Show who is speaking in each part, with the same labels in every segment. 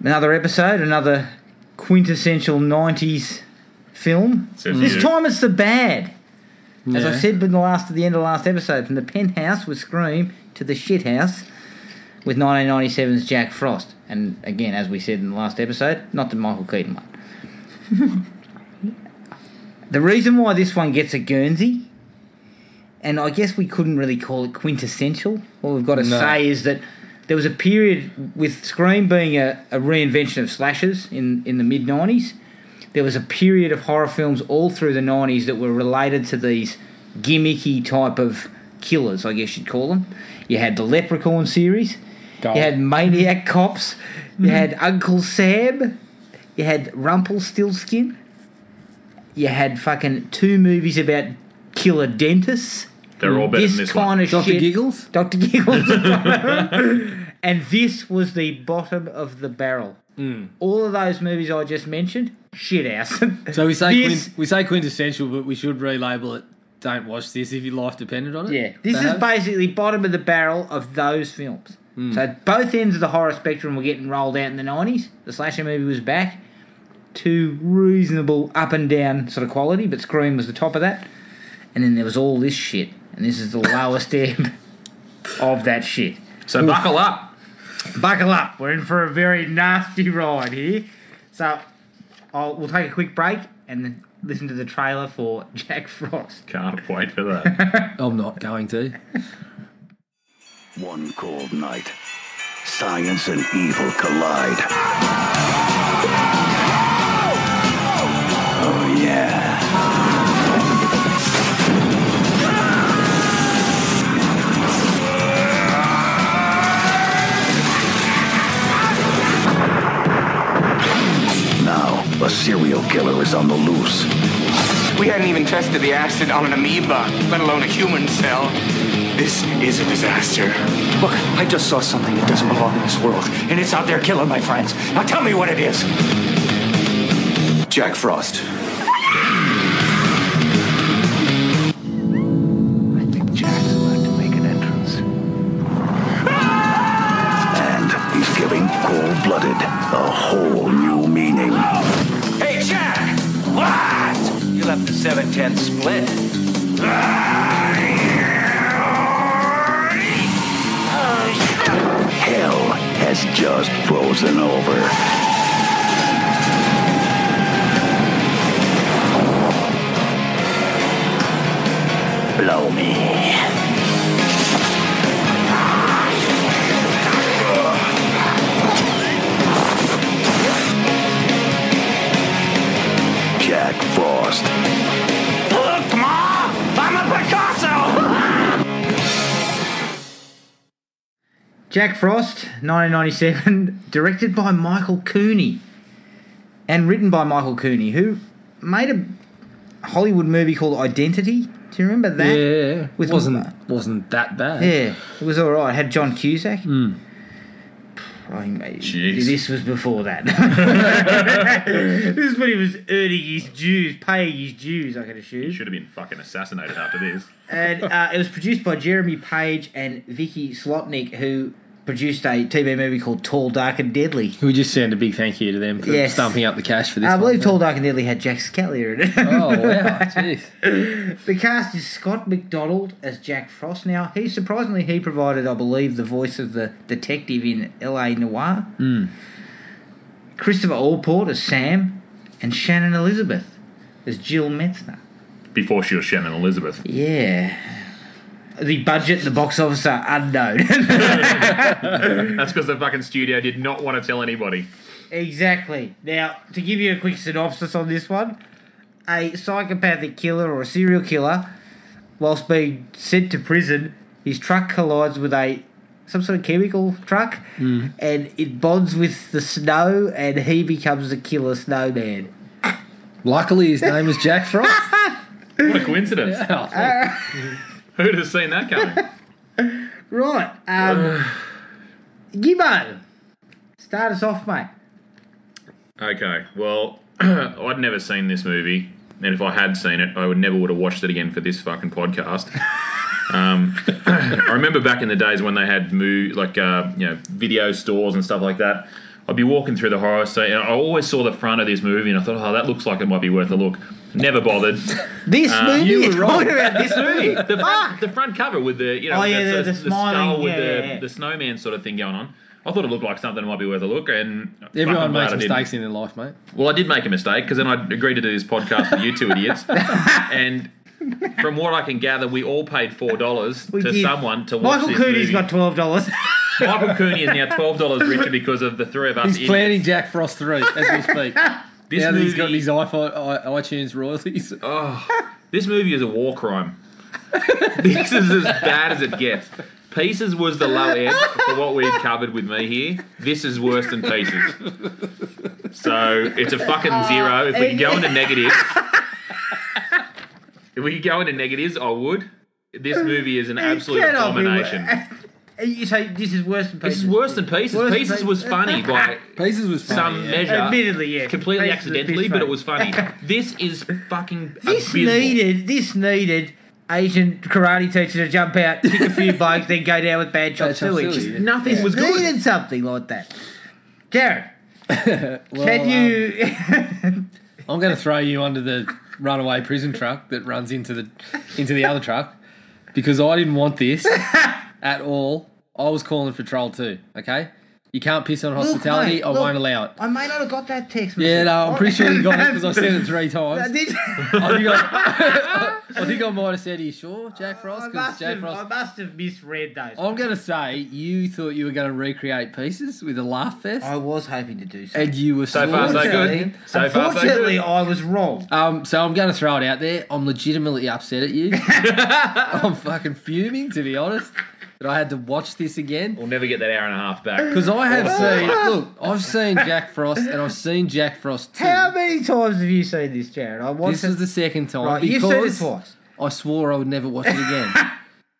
Speaker 1: Another episode, another quintessential 90s film.
Speaker 2: Says
Speaker 1: This
Speaker 2: you.
Speaker 1: time it's the bad. As I
Speaker 3: Yeah.
Speaker 1: said in the last at the end of the last episode, from the penthouse with Scream to the shithouse with 1997's Jack Frost. And again, as we said in the last episode, not the Michael Keaton one. the reason why this one gets a Guernsey, and I guess we couldn't really call it quintessential, all we've got to
Speaker 3: No.
Speaker 1: say is that there was a period with Scream being a, a reinvention of slashers in, in the mid 90s. There was a period of horror films all through the 90s that were related to these gimmicky type of killers, I guess you'd call them. You had the Leprechaun series,
Speaker 3: Gold. Mm-hmm.
Speaker 1: you had Maniac Cops, you had Uncle Sam, you had Rumpelstiltskin, you had fucking two movies about killer dentists.
Speaker 2: They're all better
Speaker 1: this
Speaker 2: than this
Speaker 1: kind
Speaker 2: one.
Speaker 1: of
Speaker 3: Dr.
Speaker 1: shit.
Speaker 3: Giggles?
Speaker 1: Dr. Giggles. and this was the bottom of the barrel.
Speaker 3: Hmm.
Speaker 1: All of those movies I just mentioned, shit ass.
Speaker 3: So we say
Speaker 1: This-
Speaker 3: quin- we say quintessential, but we should relabel it. Don't watch this if your life depended on it.
Speaker 1: yeah, this is
Speaker 3: Perhaps.
Speaker 1: basically bottom of the barrel of those films.
Speaker 3: Hmm.
Speaker 1: So both ends of the horror spectrum were getting rolled out in the nineties. The slasher movie was back to reasonable up and down sort of quality, but Scream was the top of that. And then there was all this shit, and this is the lowest ebb of that shit.
Speaker 2: So buckle up.
Speaker 1: buckle up. We're in for a very nasty ride here. So I'll, we'll take a quick break and then listen to the trailer for Jack Frost.
Speaker 2: Can't wait for that.
Speaker 3: I'm not going to.
Speaker 4: One cold night, science and evil collide. Oh, yeah. Now, a serial killer is on the loose.
Speaker 5: We hadn't even tested the acid on an amoeba, let alone a human cell. This is a disaster.
Speaker 6: Look, I just saw something that doesn't belong in this world, and it's out there killing my friends. Now tell me what it is.
Speaker 4: Jack Frost. I think Jack's about to make an entrance. And he's giving cold blooded a whole new meaning.
Speaker 6: Hey, Jack! What? You left the 710 split.
Speaker 4: Hell has just frozen over. Blow me. Jack Frost.
Speaker 6: Look, Ma! I'm a Picasso!
Speaker 1: Jack Frost, 1997, directed by Michael Cooney and written by Michael Cooney, who made a Hollywood movie called Identity. Do you remember that?
Speaker 3: Yeah,
Speaker 1: With-
Speaker 3: it wasn't wasn't that bad.
Speaker 1: Yeah, it was all right. had John Cusack.
Speaker 3: Hmm.
Speaker 1: I mean,
Speaker 2: Jeez.
Speaker 1: This was before that. this is when he was earning his dues, paying his dues. I can assume.
Speaker 2: Should have been fucking assassinated after this.
Speaker 1: And uh, it was produced by Jeremy Page and Vicky Slotnick, who produced a TV movie called Tall, Dark, and Deadly.
Speaker 3: We just send a big thank you to them for
Speaker 1: Yes.
Speaker 3: stumping up the cash for this.
Speaker 1: I believe
Speaker 3: one.
Speaker 1: Tall, Dark, and Deadly had Jack Skellier in it.
Speaker 3: Oh wow, jeez.
Speaker 1: The cast is Scott McDonald as Jack Frost. Now, he surprisingly he provided, I believe, the voice of the detective in L.A. Noir. Christopher Allport as Sam, and Shannon Elizabeth as Jill Metzner.
Speaker 2: Before she was Shannon Elizabeth.
Speaker 1: Yeah. The budget and the box office are unknown.
Speaker 2: That's because the fucking studio did not want to tell anybody.
Speaker 1: Exactly. Now, to give you a quick synopsis on this one, a psychopathic killer or a serial killer, whilst being sent to prison, his truck collides with a some sort of chemical truck,
Speaker 2: Mm.
Speaker 1: and it bonds with the snow, and he becomes the killer snowman.
Speaker 3: Luckily, his name is Jack Frost.
Speaker 2: What a coincidence.
Speaker 3: Oh,
Speaker 2: Who'd have seen that coming?
Speaker 1: Right, um, Gibbo, start us off, mate.
Speaker 2: Okay, well, I'd never seen this movie, and if I had seen it, I would never would have watched it again for this fucking podcast. um, I remember back in the days when they had mo- like uh, you know video stores and stuff like that. I'd be walking through the horror state, and I always saw the front of this movie, and I thought, oh, that looks like it might be worth a look. Never bothered.
Speaker 1: This
Speaker 2: Uh,
Speaker 1: movie?
Speaker 3: you were
Speaker 1: You're
Speaker 3: wrong.
Speaker 1: talking about this movie?
Speaker 2: The front,
Speaker 1: Fuck!
Speaker 2: the front cover with the you know
Speaker 1: Oh, yeah,
Speaker 2: the,
Speaker 1: the- the smiling,
Speaker 2: skull with
Speaker 1: yeah,
Speaker 2: the,
Speaker 1: yeah, yeah.
Speaker 2: the snowman sort of thing going on. I thought it looked like something that might be worth a look, and fucking glad
Speaker 3: Everyone makes
Speaker 2: I didn't.
Speaker 3: mistakes in their life, mate.
Speaker 2: Well, I did make a mistake because then I agreed to do this podcast for you two idiots, and from what I can gather, we all paid four dollars to
Speaker 1: We did.
Speaker 2: someone to watch
Speaker 1: Michael
Speaker 2: this
Speaker 1: Cooney's
Speaker 2: movie.
Speaker 1: got twelve dollars.
Speaker 2: Michael Cooney is now twelve dollars richer because of the three of us.
Speaker 3: He's
Speaker 2: idiots.
Speaker 3: planning Jack Frost 3 as we speak. now
Speaker 2: This
Speaker 3: that he's got
Speaker 2: movie-
Speaker 3: his iPhone, i- iTunes royalties.
Speaker 2: This movie is a war crime. this is as bad as it gets. Pieces was the low end for what we'd covered with me here. This is worse than Pieces. So it's a
Speaker 1: Oh,
Speaker 2: fucking zero. If we could go into negatives, if we could go into negatives, I would. This movie is an absolute
Speaker 1: cannot be
Speaker 2: abomination.
Speaker 1: you say this is worse than
Speaker 2: This
Speaker 1: Pieces.
Speaker 2: is worse than Pieces.
Speaker 1: Worse than
Speaker 2: pieces
Speaker 1: Pieces.
Speaker 2: was funny by
Speaker 3: Pieces was funny,
Speaker 2: some
Speaker 3: yeah.
Speaker 2: measure.
Speaker 1: Admittedly, yeah.
Speaker 2: Completely
Speaker 1: Pieces was
Speaker 2: accidentally,
Speaker 1: piss
Speaker 2: but it
Speaker 1: funny.
Speaker 2: was funny. This is fucking
Speaker 1: This
Speaker 2: abysmal.
Speaker 1: needed. This needed. Asian karate teacher to jump out, kick a few blokes, then go down with bad chop
Speaker 3: Bad chop
Speaker 1: suey.
Speaker 3: suey,
Speaker 1: Just
Speaker 3: yeah.
Speaker 1: nothing
Speaker 2: Yeah. was good.
Speaker 1: Needed something like that. Jared,
Speaker 3: Well,
Speaker 1: can
Speaker 3: um,
Speaker 1: you?
Speaker 3: I'm going to throw you under the runaway prison truck that runs into the into the other truck because I didn't want this at all. I was calling for Troll 2, okay? You can't piss on hospitality.
Speaker 1: mate,
Speaker 3: I
Speaker 1: look.
Speaker 3: won't allow it.
Speaker 1: I may not have got that text. Message.
Speaker 3: Yeah, no, I'm pretty sure you got it because I said it three
Speaker 1: I
Speaker 3: times.
Speaker 1: did- Oh,
Speaker 3: I think I, I think I might have said, "Are you sure, Jack
Speaker 1: I
Speaker 3: Frost?" Because
Speaker 1: must
Speaker 3: Jack
Speaker 1: have- I
Speaker 3: Frost.
Speaker 1: must have misread those.
Speaker 3: I'm going to say you thought you were going to recreate pieces with a laugh fest,
Speaker 1: I was hoping to do so.
Speaker 3: and you were
Speaker 2: Oh. So far, so good.
Speaker 1: Unfortunately-
Speaker 2: So far, so
Speaker 1: Unfortunately,
Speaker 2: good.
Speaker 1: I was wrong.
Speaker 3: Um, so I'm going to throw it out there. I'm legitimately upset at you. I'm fucking fuming, to be honest, that I had to watch this again
Speaker 2: We'll never get that hour and a half back.
Speaker 3: because I have seen. Look, I've seen Jack Frost, and I've seen Jack Frost too.
Speaker 1: How many times have you seen this, Jared? I want
Speaker 3: This
Speaker 1: to.
Speaker 3: is the second time
Speaker 1: right, you've
Speaker 3: because
Speaker 1: seen it twice.
Speaker 3: I swore I would never watch it again.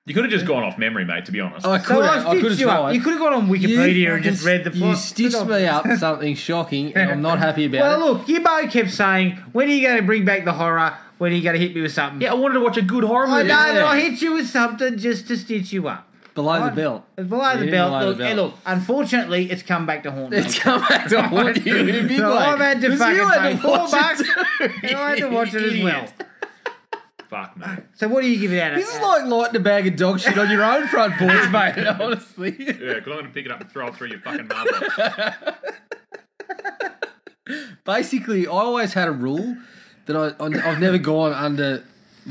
Speaker 2: You could have just gone off memory, mate. To be honest,
Speaker 3: I
Speaker 1: So
Speaker 3: could
Speaker 1: Oh, I
Speaker 3: have. I could
Speaker 1: stitched
Speaker 3: have
Speaker 1: you
Speaker 3: tried.
Speaker 1: up. You could have gone on Wikipedia and just
Speaker 3: fucking-
Speaker 1: read the plot.
Speaker 3: You stitched me up something shocking, and I'm not happy about it.
Speaker 1: Well, look, your bo kept saying, "When are you going to bring back the horror? When are you going to hit me with something?"
Speaker 2: yeah, I wanted to watch a good horror
Speaker 1: I know,
Speaker 2: movie.
Speaker 1: but I hit you with something just to stitch you up.
Speaker 3: Below the
Speaker 1: Right?
Speaker 3: belt.
Speaker 1: It's below the
Speaker 3: Yeah,
Speaker 1: belt.
Speaker 3: below the
Speaker 1: look,
Speaker 3: belt.
Speaker 1: and look, unfortunately, it's come back to haunt me.
Speaker 3: It's come back to haunt you in a big
Speaker 1: So
Speaker 3: way.
Speaker 1: I've had to
Speaker 3: 'Cause
Speaker 1: fucking
Speaker 3: you had
Speaker 1: pay
Speaker 3: to
Speaker 1: four
Speaker 3: watch
Speaker 1: bucks,
Speaker 3: it too.
Speaker 1: and I had to watch it as well.
Speaker 3: Idiot.
Speaker 2: Fuck, mate.
Speaker 1: So what do you give it out? of-
Speaker 3: This is like lighting a bag of dog shit on your own front porch, mate. Honestly,
Speaker 2: Yeah, because I'm going to pick it up and throw it through your fucking marble.
Speaker 3: basically, I always had a rule that I, I I've never gone under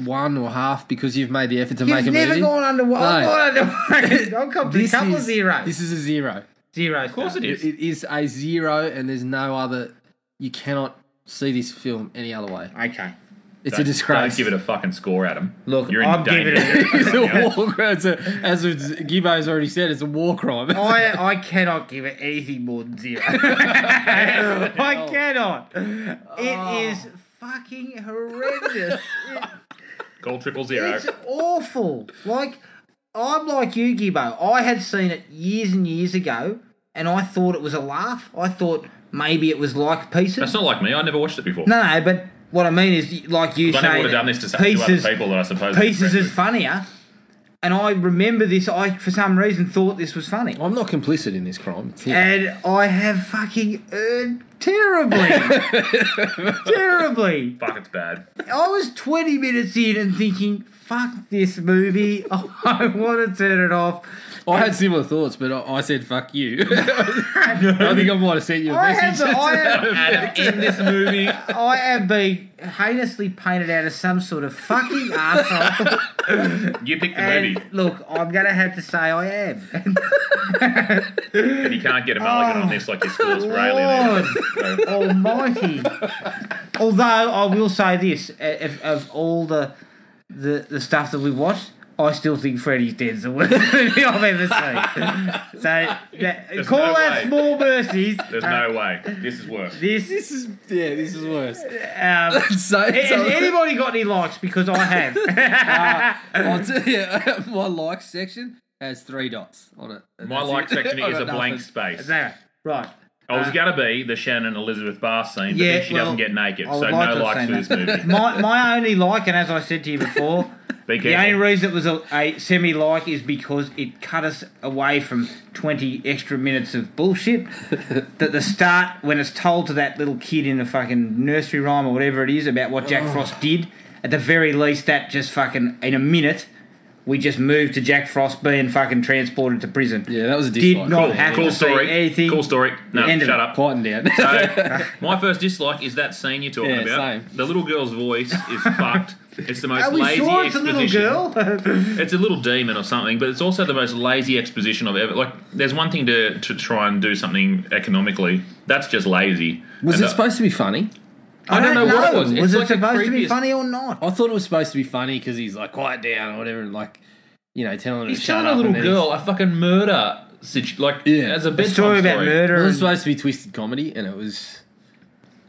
Speaker 3: one or half because you've made the effort to make
Speaker 1: You've
Speaker 3: a
Speaker 1: never
Speaker 3: movie.
Speaker 1: gone under. I've
Speaker 3: No.
Speaker 1: gone under. I've come to a
Speaker 3: this
Speaker 1: couple
Speaker 3: is
Speaker 1: zeros.
Speaker 3: This is a zero.
Speaker 1: Zero. Of
Speaker 2: course it is.
Speaker 3: It is a zero, and there's no other. You cannot see this film any other way.
Speaker 1: Okay.
Speaker 3: It's a disgrace.
Speaker 2: Don't give it a fucking score, Adam.
Speaker 1: Look,
Speaker 2: You're in
Speaker 1: I'm
Speaker 2: danger.
Speaker 1: giving it.
Speaker 3: it's a war crime. It's a, as Gibbo's already said, it's a war crime.
Speaker 1: I, I cannot give it anything more than zero. I cannot.
Speaker 2: Oh.
Speaker 1: It is fucking horrendous. It-
Speaker 2: Call triple zero.
Speaker 1: it's awful. Like, I'm like you, Gibbo. I had seen it years and years ago, and I thought it was a laugh. I thought maybe it was like
Speaker 2: That's
Speaker 1: pieces.
Speaker 2: not like me. I never watched it before.
Speaker 1: No, no, but what I mean is, like you
Speaker 2: I never
Speaker 1: say,
Speaker 2: would have done this to some to
Speaker 1: pieces
Speaker 2: other people that I suppose.
Speaker 1: pieces is funnier. And I remember this. I for some reason thought this was funny,
Speaker 3: I'm not complicit in this crime. It's him.
Speaker 1: and I have fucking earned terribly, terribly.
Speaker 2: Fuck, it's bad.
Speaker 1: I was twenty minutes in and thinking, "Fuck this movie! I want to turn it off."
Speaker 3: I had similar thoughts, but I, I said "fuck you." I think I might have sent you a
Speaker 1: I have,
Speaker 3: message.
Speaker 1: I am,
Speaker 2: Adam, in this movie,
Speaker 1: I am being heinously painted out as some sort of fucking asshole.
Speaker 2: you pick the movie,
Speaker 1: And look, I'm gonna have to say I am.
Speaker 2: and you can't get a mulligan on this like your
Speaker 1: Oh,
Speaker 2: scores were alien. So,
Speaker 1: Almighty. Although I will say this, uh, of, of all the, the the stuff that we watched, I still think Freddy's Dead's the worst movie I've ever seen. So that, call
Speaker 2: no
Speaker 1: that
Speaker 2: way.
Speaker 1: small mercies.
Speaker 2: There's
Speaker 1: Uh,
Speaker 2: no way. This is worse.
Speaker 1: This is.
Speaker 3: this is yeah, this is worse.
Speaker 1: Um,
Speaker 3: So,
Speaker 1: has
Speaker 3: so-
Speaker 1: anybody got any likes? Because I have.
Speaker 3: I'll tell you, my likes section has three dots on it. And
Speaker 2: My
Speaker 3: that's
Speaker 2: like
Speaker 3: it.
Speaker 2: section
Speaker 3: I've
Speaker 2: is a
Speaker 3: got
Speaker 2: blank
Speaker 3: nothing.
Speaker 2: space.
Speaker 1: No, right.
Speaker 2: I was going to be the Shannon Elizabeth Barr scene, but
Speaker 1: Yeah,
Speaker 2: then she
Speaker 1: well,
Speaker 2: doesn't get naked,
Speaker 1: I would
Speaker 2: so
Speaker 1: like to
Speaker 2: no
Speaker 1: have
Speaker 2: likes
Speaker 1: seen
Speaker 2: for this
Speaker 1: that.
Speaker 2: movie.
Speaker 1: My my only like, and as I said to you before,
Speaker 2: Be
Speaker 1: The only
Speaker 2: careful.
Speaker 1: reason it was a, a semi like is because it cut us away from 20 extra minutes of bullshit. that the start, when it's told to that little kid in a fucking nursery rhyme or whatever it is about what Jack Frost did, at the very least, that just fucking, in a minute, we just moved to Jack Frost being fucking transported to prison.
Speaker 3: Yeah, that was a
Speaker 1: Did
Speaker 3: dislike.
Speaker 1: not
Speaker 2: Cool,
Speaker 1: have
Speaker 2: cool
Speaker 1: to
Speaker 2: story.
Speaker 1: see anything.
Speaker 2: Cool story. No,
Speaker 1: End of
Speaker 2: shut
Speaker 1: it.
Speaker 2: up.
Speaker 3: Quiet and down.
Speaker 2: So, my first dislike is that scene you're talking
Speaker 3: Yeah,
Speaker 2: about.
Speaker 3: same.
Speaker 2: The little girl's voice is fucked. It's the most
Speaker 1: Are we
Speaker 2: lazy
Speaker 1: sure it's a
Speaker 2: exposition.
Speaker 1: little girl?
Speaker 2: It's a little demon or something, but it's also the most lazy exposition I've ever. Like, there's one thing to, to try and do something economically. That's just lazy.
Speaker 3: Was
Speaker 2: And,
Speaker 3: it
Speaker 2: uh,
Speaker 3: supposed to be funny?
Speaker 2: I don't know what it was. It's
Speaker 1: Was it
Speaker 2: like a
Speaker 1: supposed to be
Speaker 2: creepiest-
Speaker 1: funny or not?
Speaker 3: I thought it was supposed to be funny because he's like quiet down or whatever, and like you know telling her
Speaker 2: He's
Speaker 3: to shut
Speaker 2: telling a
Speaker 3: up.
Speaker 2: little
Speaker 3: and then he's-
Speaker 2: girl a fucking murder. situ- Like,
Speaker 3: Yeah.
Speaker 2: as a
Speaker 3: A
Speaker 1: A
Speaker 2: bedtime
Speaker 1: story about murder.
Speaker 3: It
Speaker 1: and-
Speaker 3: was supposed to be twisted comedy, and it was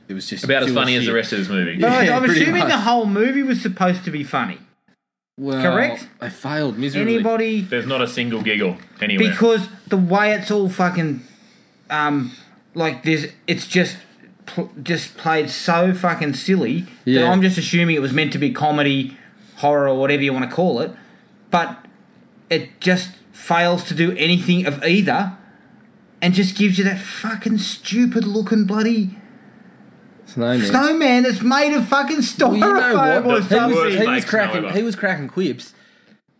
Speaker 3: it was just
Speaker 2: About as
Speaker 3: pure
Speaker 2: funny as
Speaker 3: shit.
Speaker 2: the rest of this movie.
Speaker 1: But I-
Speaker 3: Yeah,
Speaker 1: I'm
Speaker 3: pretty
Speaker 1: assuming
Speaker 3: much.
Speaker 1: the whole movie was supposed to be funny.
Speaker 3: Well,
Speaker 1: Correct?
Speaker 3: I failed miserably.
Speaker 1: Anybody
Speaker 2: There's not a single giggle anywhere.
Speaker 1: because the way it's all fucking um like this it's just pl- just played so fucking silly that
Speaker 3: Yeah.
Speaker 1: I'm just assuming it was meant to be comedy, horror or whatever you want to call it, but it just fails to do anything of either and just gives you that fucking stupid looking bloody
Speaker 3: Snowman.
Speaker 1: snowman that's made of fucking
Speaker 3: Well, you know
Speaker 1: styrofoam
Speaker 3: what?
Speaker 1: or
Speaker 3: He
Speaker 2: The worst
Speaker 3: was,
Speaker 1: something.
Speaker 3: he
Speaker 2: makes
Speaker 3: was
Speaker 2: no
Speaker 3: cracking.
Speaker 2: other.
Speaker 3: He was cracking quips,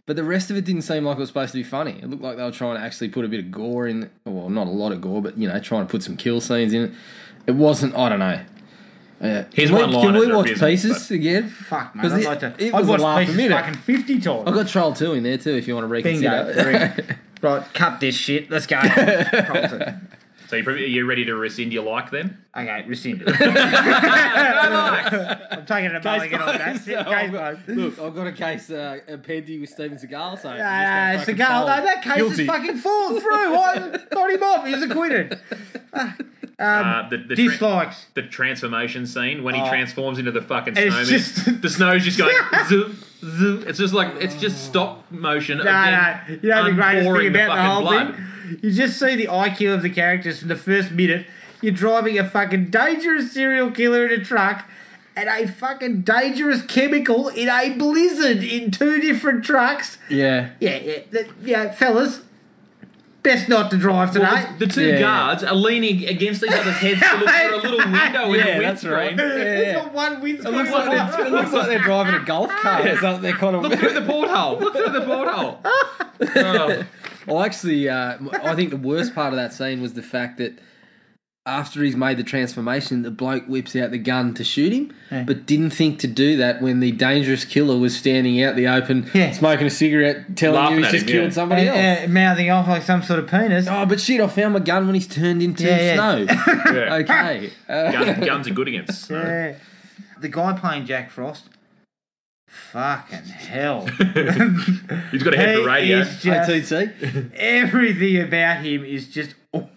Speaker 3: but the rest of it didn't seem like it was supposed to be funny. It looked like they were trying to actually put a bit of gore in. Well, not a lot of gore, but you know, trying to put some kill scenes in it. It wasn't. I don't know. Uh,
Speaker 2: His
Speaker 3: can we,
Speaker 2: one-liners
Speaker 3: can we
Speaker 2: are
Speaker 3: watch
Speaker 2: abysmal,
Speaker 3: pieces again?
Speaker 1: Fuck, man.
Speaker 3: 'Cause
Speaker 1: I'd
Speaker 3: it-
Speaker 1: like to. I've
Speaker 3: it was a
Speaker 1: watched
Speaker 3: laugh for a
Speaker 1: pieces
Speaker 3: minute.
Speaker 1: fucking 50 times.
Speaker 3: I got Trial Two in there too. If you want to
Speaker 1: Bingo.
Speaker 3: reconsider.
Speaker 1: right, cut this shit. Let's go. okay,
Speaker 2: So you probably, are you ready to rescind your like then?
Speaker 1: rescind it. I'm taking a mulligan on that. Case closed.
Speaker 3: Look, I've got a case uh, Pendy with Steven Seagal, so
Speaker 1: Ah, Seagal, no, that case
Speaker 3: Guilty.
Speaker 1: is fucking falling through. I got him off. He's acquitted.
Speaker 2: uh, the, the, tra-
Speaker 1: Dislikes.
Speaker 2: the transformation scene when
Speaker 1: Um,
Speaker 2: he
Speaker 1: Oh.
Speaker 2: transforms into the fucking
Speaker 1: And
Speaker 2: snowman.
Speaker 1: it's just-
Speaker 2: the snow's just going zoom, zoom. It's just like it's just stop motion. No,
Speaker 1: No, no. You know the greatest thing about the, whole
Speaker 2: blood.
Speaker 1: thing? You just see the IQ of the characters from the first minute. You're driving a fucking dangerous serial killer in a truck and a fucking dangerous chemical in a blizzard in two different trucks.
Speaker 3: Yeah.
Speaker 1: Yeah, yeah, th- yeah, fellas, best not to drive today.
Speaker 2: The two
Speaker 3: Yeah.
Speaker 2: guards are leaning against each other's heads to look through a little window in the
Speaker 3: Yeah, that's
Speaker 2: windscreen.
Speaker 3: right.
Speaker 1: It's got one windscreen.
Speaker 3: It looks, like they're, it looks like they're driving a golf cart or something. They're kind
Speaker 2: Look through
Speaker 3: of.
Speaker 2: the porthole. Look through the porthole. Oh,
Speaker 3: Well, actually, uh, I think the worst part of that scene was the fact that after he's made the transformation, the bloke whips out the gun to shoot him, but didn't think to do that when the dangerous killer was standing out the open,
Speaker 1: Yeah.
Speaker 3: smoking a cigarette, telling
Speaker 2: Laughing
Speaker 3: you
Speaker 2: at
Speaker 3: he's just
Speaker 2: him,
Speaker 3: killed
Speaker 2: yeah.
Speaker 3: somebody else.
Speaker 1: Uh, mouthing off like some sort of penis.
Speaker 3: Oh, but shit, I found my gun when he's turned into
Speaker 1: Yeah, yeah.
Speaker 3: snow.
Speaker 2: yeah.
Speaker 3: okay. Uh,
Speaker 2: Gun, guns are good against. snow.
Speaker 1: Yeah. The guy playing Jack Frost, fucking hell. he
Speaker 2: He's got a head for radio.
Speaker 1: is just-
Speaker 3: ATT.
Speaker 1: everything about him is just awful.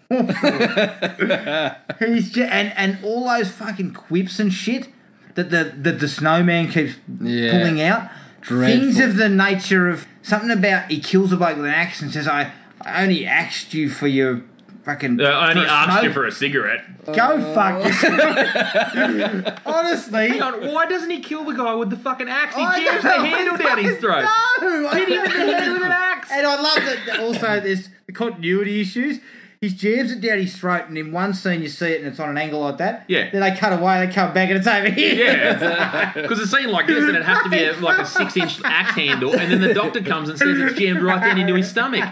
Speaker 1: He's just, and and all those fucking quips and shit that the that the snowman keeps
Speaker 3: Yeah.
Speaker 1: pulling out. Things
Speaker 3: Dreadful.
Speaker 1: of the nature of something about he kills a bloke with an axe and says, "I, I only axed you for your fucking."
Speaker 2: Uh, I only
Speaker 1: for a
Speaker 2: asked you
Speaker 1: smoke."
Speaker 2: for a cigarette.
Speaker 1: Go
Speaker 3: Oh.
Speaker 1: fuck yourself. Honestly.
Speaker 2: Hang on, why doesn't he kill the guy with the fucking axe? He
Speaker 1: I
Speaker 2: jams the
Speaker 1: don't
Speaker 2: handle down his throat.
Speaker 1: No, I
Speaker 2: Hit him in the head with an axe.
Speaker 1: And I love that that also there's the continuity issues. He jams it down his throat, and in one scene you see it, and it's on an angle like that.
Speaker 2: Yeah.
Speaker 1: Then they cut away, they come back, and it's over here.
Speaker 2: Yeah, uh, because a scene like this, then it'd have to be a, like a six-inch axe handle, and then the doctor comes and says it's jammed right down into his stomach.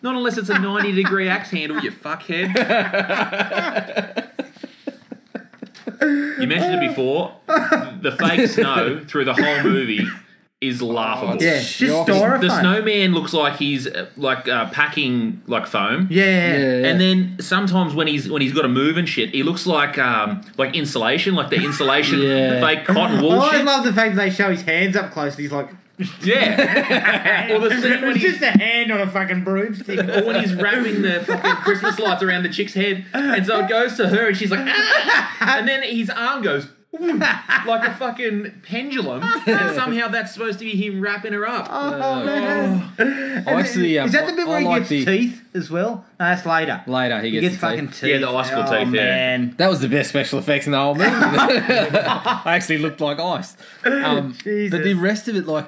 Speaker 2: Not unless it's a ninety-degree axe handle, you fuckhead. You mentioned it before. The fake snow through the whole movie is laughable.
Speaker 1: Yeah, just
Speaker 3: Shocking.
Speaker 1: horrifying.
Speaker 2: The snowman looks like he's uh, like uh, packing like foam.
Speaker 1: Yeah, yeah, yeah.
Speaker 3: Yeah.
Speaker 2: And then sometimes when he's when he's got to move and shit, he looks like um like insulation, like the insulation,
Speaker 3: Yeah.
Speaker 2: the fake cotton
Speaker 1: I
Speaker 2: wool
Speaker 1: always
Speaker 2: shit.
Speaker 1: love the fact that they show his hands up close. And he's like,
Speaker 2: yeah. or the scene when
Speaker 1: it's
Speaker 2: he's
Speaker 1: just a hand on a fucking broomstick.
Speaker 2: or when he's wrapping the fucking Christmas lights around the chick's head, and so it goes to her, and she's like, "Ah!" and then his arm goes like a fucking pendulum, and somehow that's supposed to be him wrapping her up.
Speaker 1: Oh, man.
Speaker 3: I actually, um,
Speaker 1: Is that the bit
Speaker 3: I
Speaker 1: where he
Speaker 3: like
Speaker 1: gets
Speaker 3: the-
Speaker 1: teeth as well? No, that's later.
Speaker 3: Later, he
Speaker 1: He
Speaker 3: gets,
Speaker 1: gets
Speaker 3: the
Speaker 1: fucking
Speaker 3: tape.
Speaker 1: teeth.
Speaker 2: Yeah, the icicle
Speaker 1: oh,
Speaker 2: teeth, yeah.
Speaker 1: Man.
Speaker 3: That was the best special effects in the whole movie. I actually looked like ice. Um,
Speaker 1: Jesus.
Speaker 3: but the rest of it, like,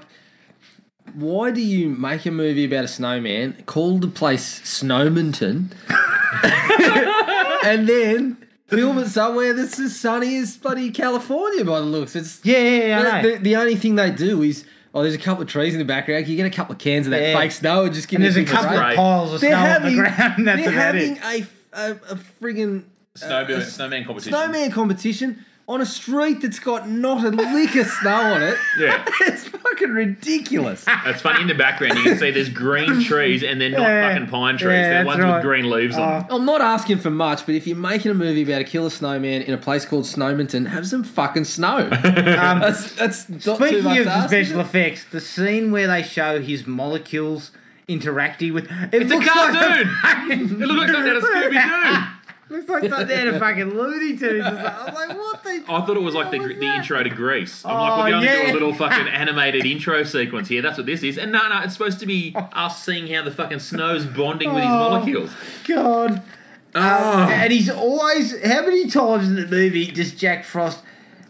Speaker 3: why do you make a movie about a snowman, call the place Snowminton, and then film it somewhere that's as sunny as bloody California by the looks? It's
Speaker 1: Yeah, yeah, yeah, I know.
Speaker 3: The, the, the only thing they do is oh, there's a couple of trees in the background. You get a couple of cans of that
Speaker 1: Yeah.
Speaker 3: fake snow and just give
Speaker 1: And
Speaker 3: me
Speaker 1: there's a
Speaker 3: bit of
Speaker 1: couple
Speaker 3: spray.
Speaker 1: of piles of snow on the ground. That's
Speaker 3: they're
Speaker 1: about
Speaker 3: having
Speaker 1: it.
Speaker 3: a a, a friggin'
Speaker 2: Snowman, snowman competition.
Speaker 3: snowman competition on a street that's got not a lick of snow on it.
Speaker 2: Yeah.
Speaker 3: It's fucking ridiculous.
Speaker 2: It's funny in the background. You can see there's green trees, and they're not
Speaker 1: Yeah.
Speaker 2: fucking pine trees.
Speaker 1: Yeah,
Speaker 2: they're
Speaker 1: that's
Speaker 2: ones
Speaker 1: right. Oh.
Speaker 2: with green leaves on. them.
Speaker 3: I'm not asking for much, but if you're making a movie about a killer snowman in a place called Snowminton, have some fucking snow. Um, that's that's not too
Speaker 1: Speaking
Speaker 3: much
Speaker 1: of
Speaker 3: to
Speaker 1: the
Speaker 3: ask, is
Speaker 1: special
Speaker 3: it?
Speaker 1: effects, the scene where they show his molecules interacting with it
Speaker 2: It's a
Speaker 1: looks like
Speaker 2: cartoon.
Speaker 1: fucking-
Speaker 2: It looks like that of Scooby Doo. I
Speaker 1: looks like something out of fucking Looney Tunes. or something. I'm like, what the?
Speaker 2: thought it was like the, the intro to Grease. I'm
Speaker 1: Oh,
Speaker 2: like, we're going to
Speaker 1: yeah.
Speaker 2: do a little fucking animated intro sequence here. That's what this is. And no, no, it's supposed to be us seeing how the fucking snow's bonding with his
Speaker 1: Oh.
Speaker 2: molecules.
Speaker 1: God.
Speaker 3: Ah.
Speaker 1: Uh, and he's always. How many times in the movie does Jack Frost,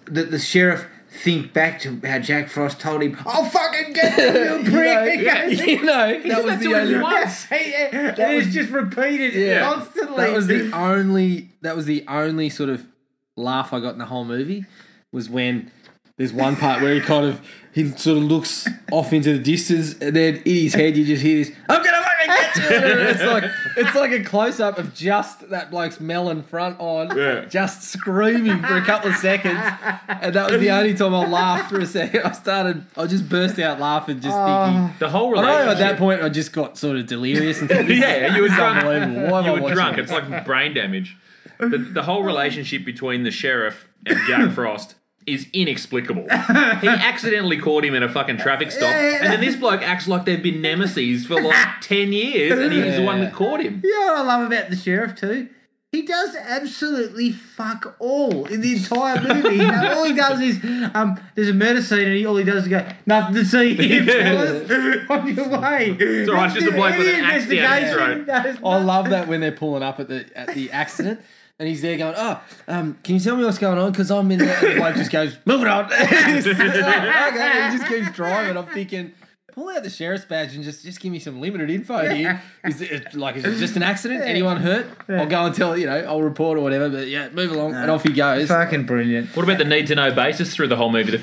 Speaker 1: the, the sheriff, think back to how Jack Frost told him, I'll fucking get you, you prick!
Speaker 3: You know, that was
Speaker 2: That's
Speaker 3: the
Speaker 2: what
Speaker 3: only
Speaker 2: you want.
Speaker 1: Yes, he- and it's just repeated
Speaker 3: Yeah.
Speaker 1: constantly.
Speaker 3: That was the only that was the only sort of laugh I got in the whole movie was when there's one part where he kind of he sort of looks off into the distance and then in his head you just hear this I'm gonna fucking get you And it's like it's like a close up of just that bloke's melon front on
Speaker 2: Yeah.
Speaker 3: just screaming for a couple of seconds and that was the only time I laughed for a second I started I just burst out laughing just thinking
Speaker 2: The whole
Speaker 3: I
Speaker 2: relationship.
Speaker 3: don't know at that point I just got sort of delirious and thought, this
Speaker 2: yeah, you were
Speaker 3: is
Speaker 2: drunk.
Speaker 3: unbelievable Why am I
Speaker 2: you were
Speaker 1: Oh,
Speaker 3: watching
Speaker 2: drunk.
Speaker 3: this?
Speaker 2: It's like brain damage. The, the whole relationship between the sheriff and Jack Frost is inexplicable. He accidentally caught him in a fucking traffic stop, and then this bloke acts like they've been nemesis for like 10 years, and he's the one that caught him.
Speaker 1: You know what I love about the sheriff too? He does absolutely fuck all in the entire movie. You know, all he does is um, there's a murder scene, and he, all he does is go nothing to see here, fellas, on your way. It's
Speaker 2: alright, it's just a bloke with an axe down his
Speaker 3: I love that when they're pulling up at the at the accident. And he's there going, oh, um, can you tell me what's going on? Because I'm in there. And the bloke just goes, move it on. It's like, okay, and he just keeps driving. I'm thinking, pull out the sheriff's badge and just, just give me some limited info here. Is it, like, is it just an accident? Anyone hurt? I'll go and tell, you know, I'll report or whatever. But yeah, move along. And off he goes.
Speaker 1: Fucking brilliant.
Speaker 2: What about the need to know basis through the whole movie? The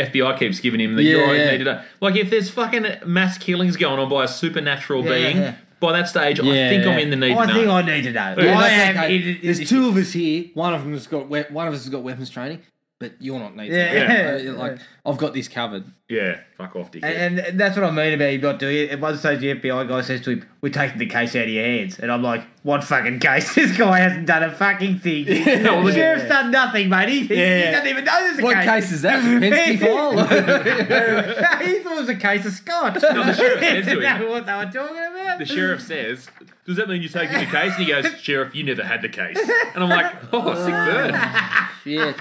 Speaker 2: F- FBI keeps giving him the
Speaker 3: Yeah,
Speaker 2: "You're
Speaker 3: yeah.
Speaker 2: need to know." Like if there's fucking mass killings going on by a supernatural
Speaker 1: Yeah,
Speaker 2: being,
Speaker 1: yeah.
Speaker 2: by that stage, I
Speaker 3: Yeah,
Speaker 2: think I'm
Speaker 3: yeah.
Speaker 2: in the need
Speaker 1: I
Speaker 2: to
Speaker 1: think
Speaker 2: know.
Speaker 1: I need to know.
Speaker 2: Yeah,
Speaker 1: I
Speaker 3: That's
Speaker 1: am.
Speaker 3: okay.
Speaker 1: in- in-
Speaker 3: There's two of us here. One of them's got we- one of us has got weapons training, but you're not needed.
Speaker 1: Yeah.
Speaker 3: Like, uh, like, I've got this covered.
Speaker 2: yeah, fuck off, dickhead.
Speaker 1: And, and that's what I mean about you not doing it. At one stage, the FBI guy says to him, "We're taking the case out of your hands," and I'm like, "What fucking case? This guy hasn't done a fucking thing.
Speaker 2: well,
Speaker 1: the
Speaker 2: look-
Speaker 1: sheriff's done nothing, mate. He, he- he
Speaker 3: Yeah, yeah.
Speaker 1: doesn't even know there's a
Speaker 3: What
Speaker 1: case.
Speaker 3: case is that? Penske file?
Speaker 1: he thought it was a case of scotch.
Speaker 2: the sheriff
Speaker 1: He
Speaker 2: said to
Speaker 1: didn't
Speaker 2: him-
Speaker 1: know what they were talking about.
Speaker 2: the sheriff says, "Does that mean you're taking the case?" And he goes, "Sheriff, you never had the case." And I'm like, "Oh, sick bird."
Speaker 3: yeah.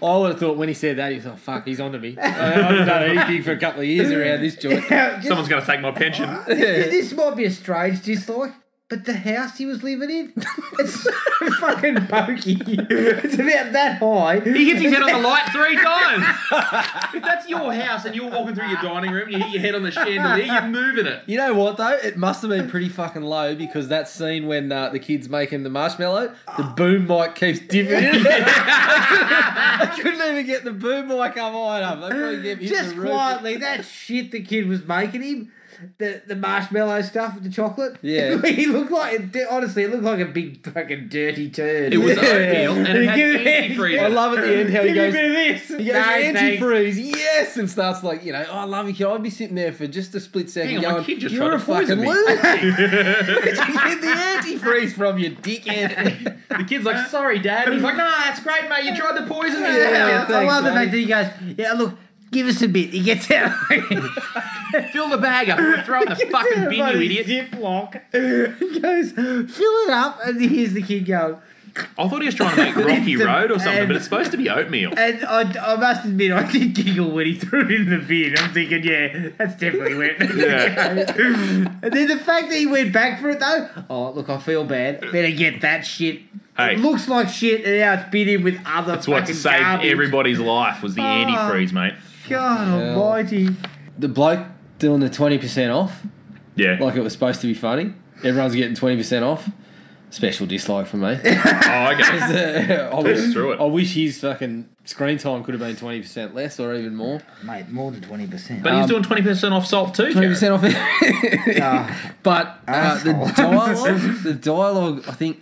Speaker 3: I would have thought when he said that, he was like, fuck, he's onto me. I haven't done anything for a couple of years around this joint.
Speaker 1: Now, just-
Speaker 2: Someone's gonna take my pension.
Speaker 1: this might be a strange dislike, but the house he was living in, it's so fucking pokey. It's about that high.
Speaker 2: He hits his head on the light three times. If that's your house and you're walking through your dining room and you hit your head on the chandelier, you're moving it.
Speaker 3: You know what, though? It must have been pretty fucking low because that scene when uh, the kid's making the marshmallow, the boom mic keeps dipping in. I couldn't even get the boom mic up high enough. I probably get hit
Speaker 1: Just
Speaker 3: the roof.
Speaker 1: quietly, that shit the kid was making him, the the marshmallow stuff with the chocolate.
Speaker 3: Yeah.
Speaker 1: he looked like it did- honestly, it looked like a big fucking dirty turd.
Speaker 2: It was oatmeal and it had antifreeze.
Speaker 3: I love at the end how he
Speaker 1: Give me a
Speaker 3: goes,
Speaker 1: bit of this.
Speaker 3: He goes,
Speaker 1: No,
Speaker 2: eh?"
Speaker 1: thanks.
Speaker 3: antifreeze, yes, and starts like, you know, oh, I love you, kid. I'd be sitting there for just a split second
Speaker 2: Hang on, my
Speaker 3: going,
Speaker 2: kid just
Speaker 3: you're
Speaker 2: tried
Speaker 3: a
Speaker 2: to poison
Speaker 3: fucking
Speaker 2: me."
Speaker 3: lunatic. you get the antifreeze from your dickhead.
Speaker 2: The kid's like, "Sorry, Dad." And he's like, "No, that's great, mate. You tried to poison me."
Speaker 1: Yeah,
Speaker 3: Yeah,
Speaker 1: I love
Speaker 3: thanks,
Speaker 1: the fact
Speaker 3: mate.
Speaker 1: that he goes, yeah, look, give us a bit. He gets out.
Speaker 2: Fill the bag up. We're throwing the fucking bin, you idiot.
Speaker 1: Ziploc. He goes, fill it up, and here's the kid go.
Speaker 2: I thought he was trying to make Rocky
Speaker 1: It's a-
Speaker 2: Road or something,
Speaker 1: um,
Speaker 2: but it's supposed to be oatmeal.
Speaker 1: And I, I must admit, I did giggle when he threw it in the bin. I'm thinking, yeah, that's definitely wet. and then the fact that he went back for it, though, oh, look, I feel bad. Better get that shit.
Speaker 2: Hey.
Speaker 1: It looks like shit, and now it's been in with other
Speaker 2: That's what
Speaker 1: fucking
Speaker 2: saved
Speaker 1: garbage.
Speaker 2: everybody's life was the antifreeze, mate.
Speaker 1: God almighty.
Speaker 3: the bloke doing the twenty percent off
Speaker 2: Yeah.
Speaker 3: like it was supposed to be funny. Everyone's getting twenty percent off. Special dislike from me.
Speaker 2: oh, okay.
Speaker 3: I, wish,
Speaker 2: through it.
Speaker 3: I wish his fucking screen time could have been twenty percent less or even more.
Speaker 1: Mate, more than 20%.
Speaker 2: But he's doing twenty percent off salt too. Jared.
Speaker 3: Twenty percent off. but uh, the
Speaker 1: Asshole.
Speaker 3: dialogue, the dialogue. I think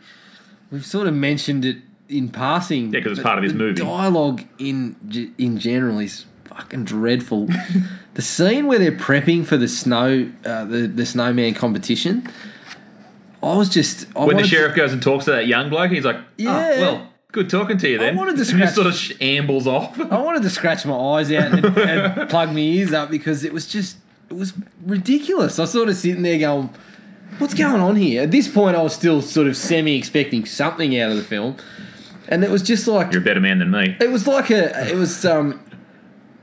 Speaker 3: we've sort of mentioned it in passing.
Speaker 2: Yeah, 'cause it's
Speaker 3: but
Speaker 2: part of his
Speaker 3: the
Speaker 2: movie.
Speaker 3: Dialogue in ge- in general is fucking dreadful. the scene where they're prepping for the snow, uh, the the snowman competition. I was just I
Speaker 2: When the
Speaker 3: wanted to-
Speaker 2: sheriff goes and talks to that young bloke, he's like, "Yeah,
Speaker 3: Yeah.
Speaker 2: well, good talking to you." Then
Speaker 3: wanted to
Speaker 2: And he
Speaker 3: scratch-
Speaker 2: sort of sh- ambles off.
Speaker 3: I wanted to scratch my eyes out and, and plug my ears up because it was just it was ridiculous. I was sort of sitting there going, "What's going on here?" At this point, I was still sort of semi expecting something out of the film, and it was just like
Speaker 2: You're a better man than me.
Speaker 3: it was like a it was um